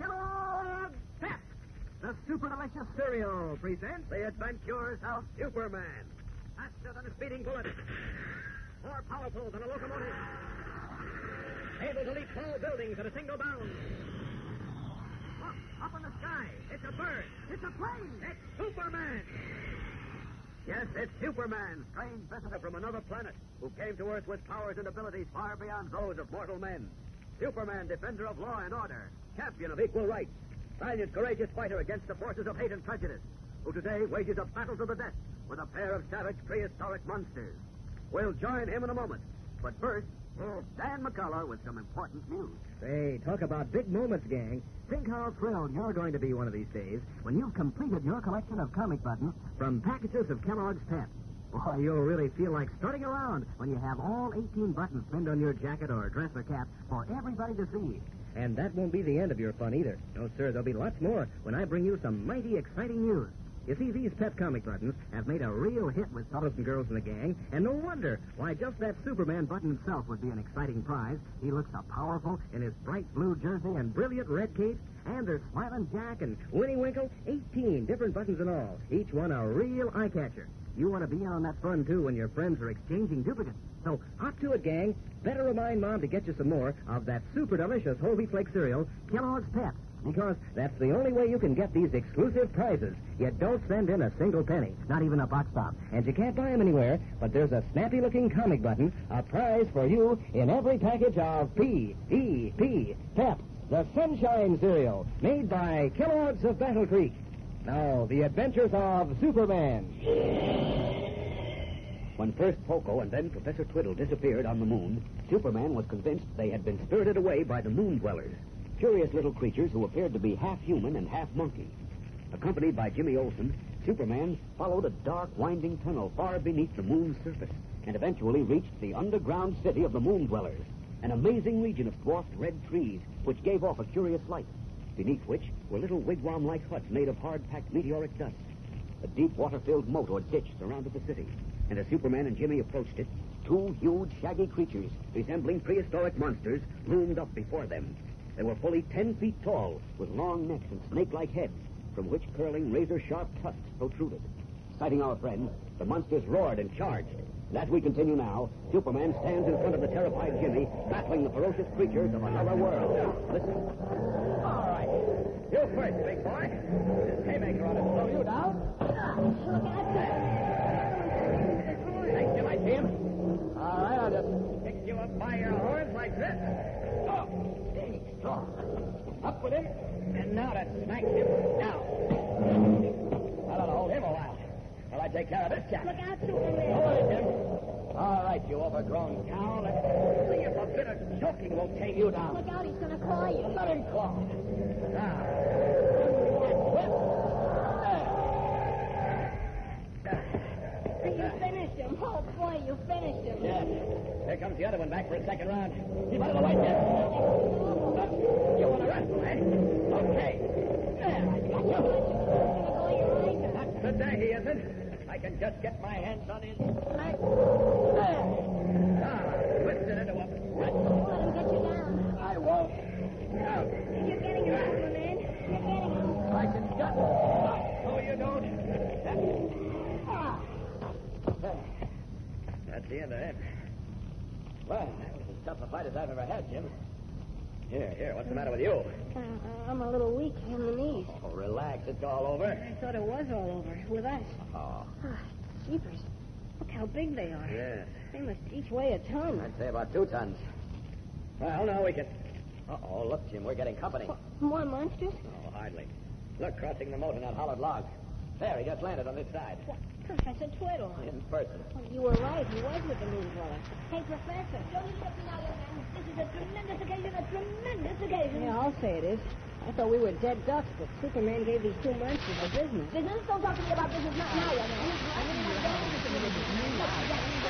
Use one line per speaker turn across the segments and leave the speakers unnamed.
Hello, Pep! The Super Delicious Cereal presents The Adventures of Superman. Faster than a speeding bullet, more powerful than a locomotive, able to leap tall buildings at a single bound. Look, up in the sky, it's a bird, it's a plane, it's Superman! Yes, it's Superman, strange visitor from another planet, who came to Earth with powers and abilities far beyond those of mortal men. Superman, defender of law and order, champion of equal rights, valiant, courageous fighter against the forces of hate and prejudice, who today wages a battle to the death with a pair of savage prehistoric monsters. We'll join him in a moment, but first, here's Dan McCullough with some important news. Say, talk about big moments, gang. Think how thrilled you're going to be one of these days when you've completed your collection of comic buttons from packages of Kellogg's Pep. Boy, you'll really feel like strutting around when you have all 18 buttons pinned on your jacket or dress or cap for everybody to see. And that won't be the end of your fun either. No, sir, there'll be lots more when I bring you some mighty exciting news. You see, these pep comic buttons have made a real hit with fellows and girls in the gang, and no wonder. Why, just that Superman button himself would be an exciting prize. He looks so powerful in his bright blue jersey and brilliant red cape, and there's Smiling Jack and Winnie Winkle, 18 different buttons in all, each one a real eye catcher. You want to be in on that fun, too, when your friends are exchanging duplicates. So hop to it, gang. Better remind Mom to get you some more of that super delicious whole wheat flake cereal, Kellogg's Pep, because that's the only way you can get these exclusive prizes. You don't send in a single penny, not even a box top. And you can't buy them anywhere, but there's a snappy looking comic button, a prize for you in every package of E P.E.P. Pep, the Sunshine Cereal, made by Kellogg's of Battle Creek. Now, the adventures of Superman. When first Poco and then Professor Twiddle disappeared on the moon, Superman was convinced they had been spirited away by the moon dwellers, curious little creatures who appeared to be half human and half monkey. Accompanied by Jimmy Olsen, Superman followed a dark, winding tunnel far beneath the moon's surface and eventually reached the underground city of the moon dwellers, an amazing region of dwarfed red trees which gave off a curious light, beneath which were little wigwam like huts made of hard packed meteoric dust. A deep water filled moat or ditch surrounded the city, and as Superman and Jimmy approached it, two huge, shaggy creatures resembling prehistoric monsters loomed up before them. They were fully ten feet tall, with long necks and snake like heads, from which curling razor sharp tusks protruded. Sighting our friends, the monsters roared and charged. And as we continue now, Superman stands in front of the terrified Jimmy, battling the ferocious creatures of another world. Listen. All right. You first, big boy. This haymaker ought to slow you down. Thank you, my team. All right, I'll just pick you up by your horns like this. Oh. Up with him, and now to smack him down. I don't know, hold him a while. Well, I take care of this chap. Look out, Superman. Hold it, Jim. All right, you overgrown cow. Let's see if a bit of choking won't tame you down.
Look out, Oh, he's gonna call you.
Let him Ah. call. Now. There.
You finished him. Oh boy, you finished him.
Yeah. Here comes the other one back for a second round. Keep out of the way, Jim. You want to wrestle, eh? Okay. There, I got you. Not today, he isn't. I can just get my hands on his neck. There. Ah, twist it into a wrench.
Let him get you down.
I won't. Now,
You're getting him, Superman. You're getting him.
I can shut Oh, you don't. Ah. That's the end of him. Well, that was as tough a fight as I've ever had, Jim. Here, here, what's the matter with you?
Uh, I'm a little weak in the knees.
Oh, relax, it's all over.
I thought it was all over with us.
Oh,
Ah, jeepers. Look how big they are.
yes.
They must each weigh a ton.
I'd say about two tons. Well, now we can. Uh-oh, look, Jim, we're getting company.
What, more monsters?
No, hardly. Look, crossing the moat in that hollowed log. There, he just landed on this side.
What, Professor Twiddle.
In person.
Well, you were right. He was with the moon dweller. Hey, Professor. Don't look now, young man. This is a tremendous occasion of tremendous occasion.
Yeah, I'll say it is. I thought we were dead ducks, but Superman gave these two months for business.
Business? Don't talk to me about business. Not now, young man.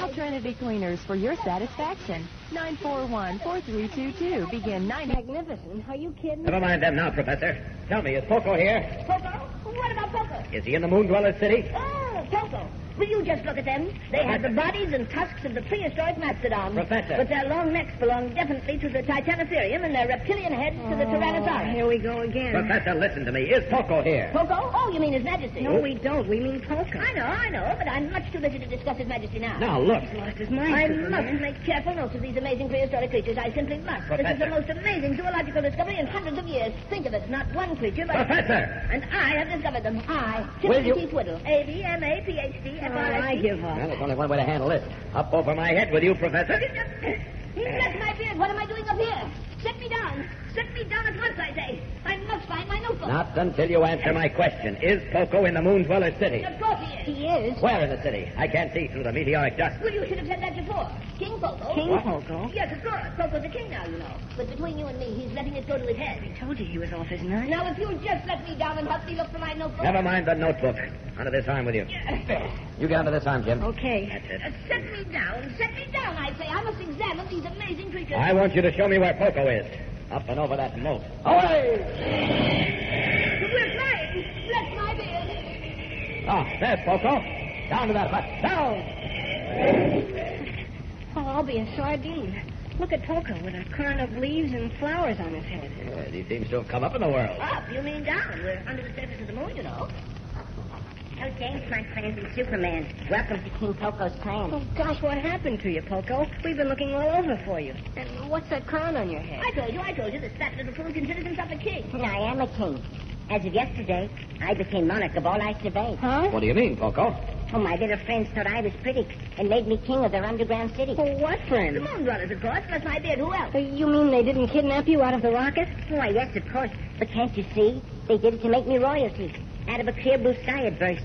Alternative Cleaners for your satisfaction. 941-4322. Begin 90...
Magnificent. Are you kidding?
Never mind them now, Professor. Tell me, is Poco here?
Poco? What about Poco?
Is he in the Moon Dweller's city?
Oh, Poco. Will you just look at them? They have the bodies and tusks of the prehistoric mastodon.
Professor.
But their long necks belong definitely to the Titanotherium and their reptilian heads to the Tyrannosaurus.
Here we go again.
Professor, listen to me. Is Poco here?
Poco? Oh, you mean His Majesty?
No, we don't. We mean Polka.
I know, I know, but I'm much too busy to discuss His Majesty now.
Now, look.
Lost his mind.
I
Superman.
must make careful notes of these amazing prehistoric creatures. I simply must. This is the
Professor.
most amazing zoological discovery in hundreds of years. Think of it, not one creature, but...
Professor!
And I have discovered them. I,
Will
Timothy
you-
T. Twiddle, A, B, M, A, P, H, D, F,
Oh,
R, S,
I
T.
give up.
Well, there's only one way to handle this. Up over my head with you, Professor.
He left my beard. What am I doing up here? Set me down. Set me down at once, I say. I must find my notebook.
Not until you answer my question. Is Poco in the Moon Dweller's city?
Of course he is. He is.
Where in the city? I can't see through the meteoric dust.
Well, you should have said that before. King Poco.
King
What?
Polko.
Yes, of course. Poco's a king now, you know. But between you and me, he's letting it go to his head.
I told you he was off his nerd.
Now, if you'll just let me down and help me look for my notebook.
Never mind the notebook. Under this arm with you. You get under this arm, Jim.
Okay.
That's it.
Uh, set me down. Set me down, I say. I must examine these amazing creatures.
I want you to show me where Poco is. Up and over that moat. Away!
We're flying. Bless my beard.
Ah, there's Poco. Down to that hut. Down!
Oh, I'll be a sardine. Look at Polka with a crown of leaves and flowers on his head.
Well, he seems to have come up in the world.
Up, you mean down. We're under the surface of the moon, you know.
Oh, James, my friend, and Superman. Welcome to King Poco's plan.
Oh, gosh, what happened to you, Polko? We've been looking all over for you. And what's that crown on your head?
I told you, I told you, this fat little fool considers himself a king.
And I am a king. As of yesterday, I became monarch of all I surveyed.
Huh?
What do you mean, Poco?
Oh, my little friends thought I was pretty and made me king of their underground city.
Well, what
The
friend?
moon brothers, of course. Bless my beard. Who else?
Uh, You mean they didn't kidnap you out of the rocket?
Why, yes, of course. But can't you see? They did it to make me royalty. Out of a clear blue sky at first.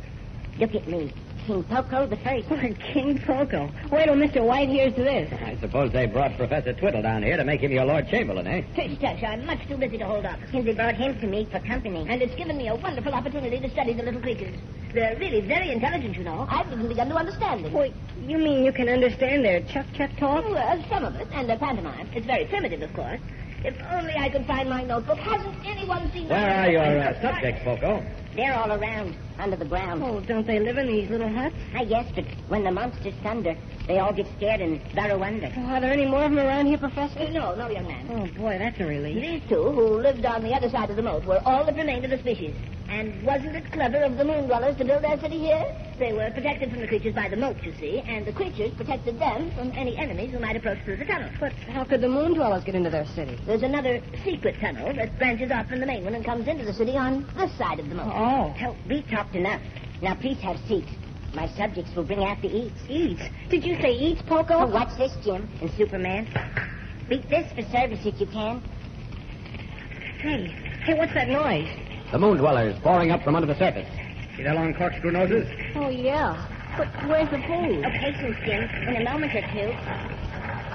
Look at me. King Poco the first.
Why, King Polko. Wait till Mr. White hears this.
I suppose they brought Professor Twiddle down here to make him your Lord Chamberlain, eh?
Tush, tush. I'm much too busy to hold up.
And they brought him to me for company.
And it's given me a wonderful opportunity to study the little creatures. They're really very intelligent, you know. I've even begun to understand them.
Wait, you mean you can understand their chuck chuck talk?
Well, some of it, and the pantomime. It's very primitive, of course. If only I could find my notebook. Hasn't anyone seen
Where
my
are your
notebook?
uh, subjects, Poco?
They're all around, under the ground.
Oh, don't they live in these little huts?
I guess, but when the monsters thunder, they all get scared and burrow under.
Oh, are there any more of them around here, Professor?
Uh, No, no, young man.
Oh, boy, that's a relief.
These two, who lived on the other side of the moat, were all that remained of the species. And wasn't it clever of the moon dwellers to build their city here? They were protected from the creatures by the moat, you see, and the creatures protected them from any enemies who might approach through the tunnel.
But how could the moon dwellers get into their city?
There's another secret tunnel that branches off from the main one and comes into the city on this side of the moat.
Oh.
Oh, we talked enough. Now please have seats. My subjects will bring out the eats.
Eats. Did you say eats,
Oh,
Polko?
watch this, Jim and Superman. Beat this for service if you can.
Hey, hey, what's that noise?
The moon dwellers boring up from under the surface. See their long corkscrew noses?
Oh, yeah. But where's the food?
Oh, patience, Jim. In a moment or two.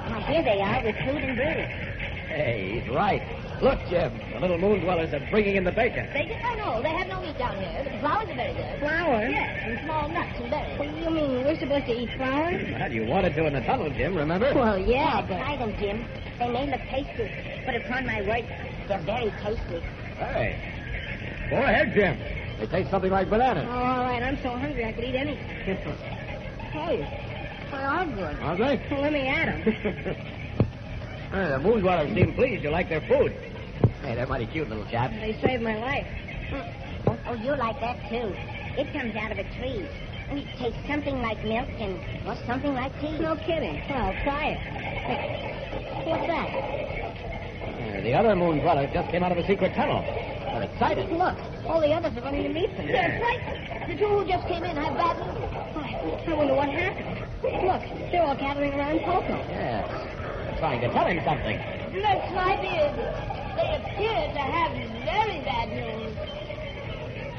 Now, here they are with food and brew.
Hey, he's right. Look, Jim, the little moon dwellers are bringing in the bacon.
They just, I know, they have no meat down here, but the flowers are very good.
Flowers?
Yes, and small nuts and berries.
Well, you mean we're supposed to eat flowers?
Well, you wanted to in the tunnel, Jim, remember?
Well, yeah,
Try them, Jim. They may look tasty, but upon my word, they're very tasty.
Hey. Go ahead, Jim. They taste something like
Oh,
bananas,
all right, I'm so hungry I could eat anything.
Oh,
hey, they are good.
aren't they?
Well, let me at 'em.
Hey, the moon dwellers seem pleased you like their food. Hey, they're mighty cute little chaps.
They saved my life.
Oh, oh, you like that, too. It comes out of a tree. And it tastes something like milk and, well, something like tea.
No kidding. Well, try it. Hey, What's that?
Uh, the other moon dweller just came out of a secret tunnel. They're excited.
Look, all the others are running to meet them.
They're frightened. The two who just came in have bad news.
I wonder what happened. Look, they're all gathering around Coco.
Yes. Trying to tell him something.
Bless my beard. They appear to have very bad news.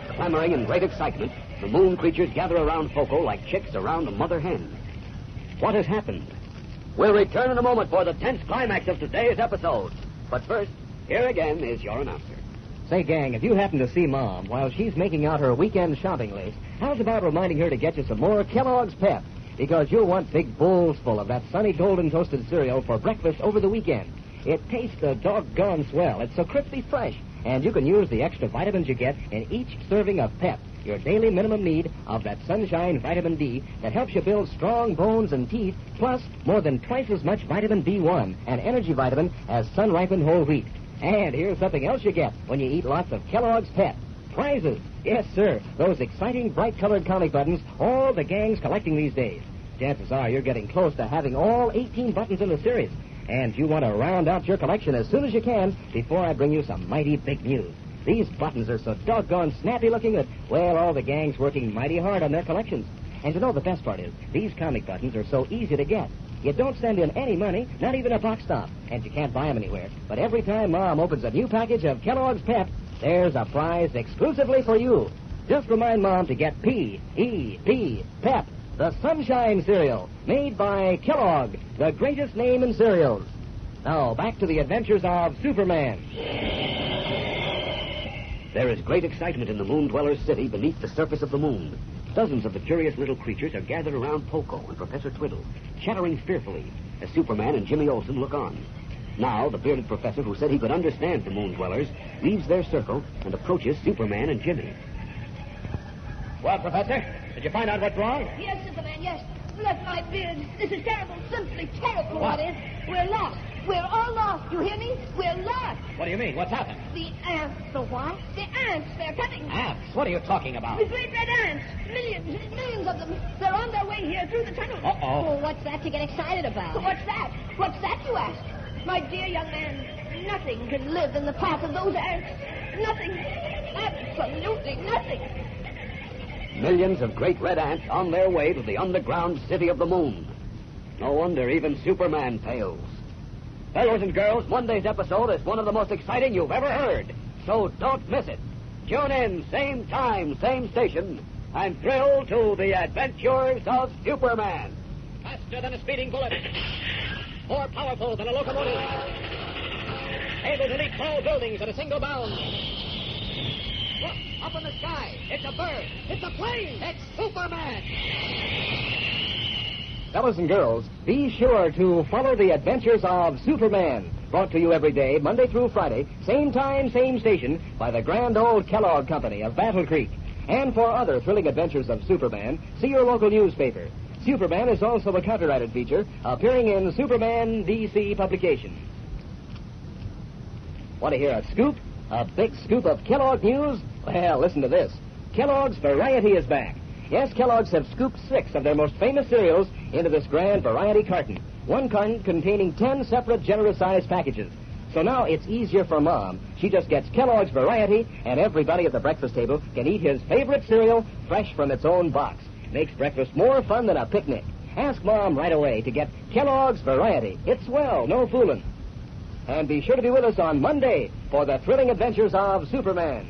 Clamoring in great excitement, the moon creatures gather around Poco like chicks around a mother hen. What has happened? We'll return in a moment for the tense climax of today's episode.
But first, here again is your announcer.
Say, gang, if you happen to see Mom while she's making out her weekend shopping list, how's about reminding her to get you some more Kellogg's Pep? Because you'll want big bowls full of that sunny golden toasted cereal for breakfast over the weekend. It tastes the doggone swell. It's so crispy fresh. And you can use the extra vitamins you get in each serving of Pep, your daily minimum need of that sunshine vitamin D that helps you build strong bones and teeth, plus more than twice as much vitamin B1, an energy vitamin, as sun ripened whole wheat. And here's something else you get when you eat lots of Kellogg's Pet. Prizes. Yes, sir. Those exciting bright colored comic buttons all the gang's collecting these days. Chances are you're getting close to having all 18 buttons in the series. And you want to round out your collection as soon as you can before I bring you some mighty big news. These buttons are so doggone snappy looking that, well, all the gang's working mighty hard on their collections. And you know the best part is, these comic buttons are so easy to get. You don't send in any money, not even a box stop, and you can't buy them anywhere. But every time Mom opens a new package of Kellogg's Pep, there's a prize exclusively for you. Just remind Mom to get P E P Pep, the Sunshine cereal, made by Kellogg, the greatest name in cereals. Now back to the adventures of Superman.
There is great excitement in the Moon Dweller's city beneath the surface of the moon. Dozens of the curious little creatures are gathered around Poco and Professor Twiddle, chattering fearfully as Superman and Jimmy Olsen look on. Now, the bearded professor who said he could understand the Moon Dwellers leaves their circle and approaches Superman and Jimmy.
Well, Professor, did you find out what's wrong?
Yes, Superman, yes. Look, my beard. This is terrible, simply terrible,
What?
what is. We're lost. We're all lost. You hear me? We're lost.
What do you mean? What's happened?
The ants. The what? The ants. They're coming.
Ants? What are you talking about?
The great red ants. Millions, millions of them. They're on their way here through the tunnel.
Uh-oh.
Oh, what's that to get excited about? What's that? What's that, you ask? My dear young man, nothing can live in the path of those ants. Nothing. Absolutely nothing.
Millions of great red ants on their way to the underground city of the moon. No wonder even Superman pales. Fellows and girls, Monday's episode is one of the most exciting you've ever heard, so don't miss it. Tune in, same time, same station, and thrill to the adventures of Superman.
Faster than a speeding bullet. More powerful than a locomotive. Able to leap tall buildings at a single bound. Look, up in the sky. It's a bird. It's a plane. It's Superman. Fellas and girls, be sure to follow the adventures of Superman. Brought to you every day, Monday through Friday, same time, same station, by the grand old Kellogg Company of Battle Creek. And for other thrilling adventures of Superman, see your local newspaper. Superman is also a copyrighted feature appearing in Superman DC publication. Want to hear a scoop? A big scoop of Kellogg news? Well, listen to this. Kellogg's Variety is back. Yes, Kellogg's have scooped six of their most famous cereals into this grand variety carton. One carton containing ten separate generous-sized packages. So now it's easier for Mom. She just gets Kellogg's Variety, and everybody at the breakfast table can eat his favorite cereal fresh from its own box. Makes breakfast more fun than a picnic. Ask Mom right away to get Kellogg's Variety. It's well, no fooling. And be sure to be with us on Monday for the thrilling adventures of Superman.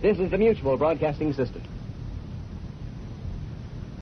This is the Mutual Broadcasting System.